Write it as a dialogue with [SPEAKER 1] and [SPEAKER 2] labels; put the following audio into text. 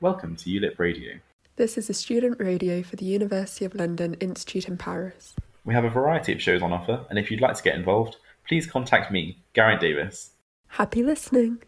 [SPEAKER 1] Welcome to ULIP Radio.
[SPEAKER 2] This is a student radio for the University of London Institute in Paris.
[SPEAKER 1] We have a variety of shows on offer, and if you'd like to get involved, please contact me, Gary Davis.
[SPEAKER 2] Happy listening!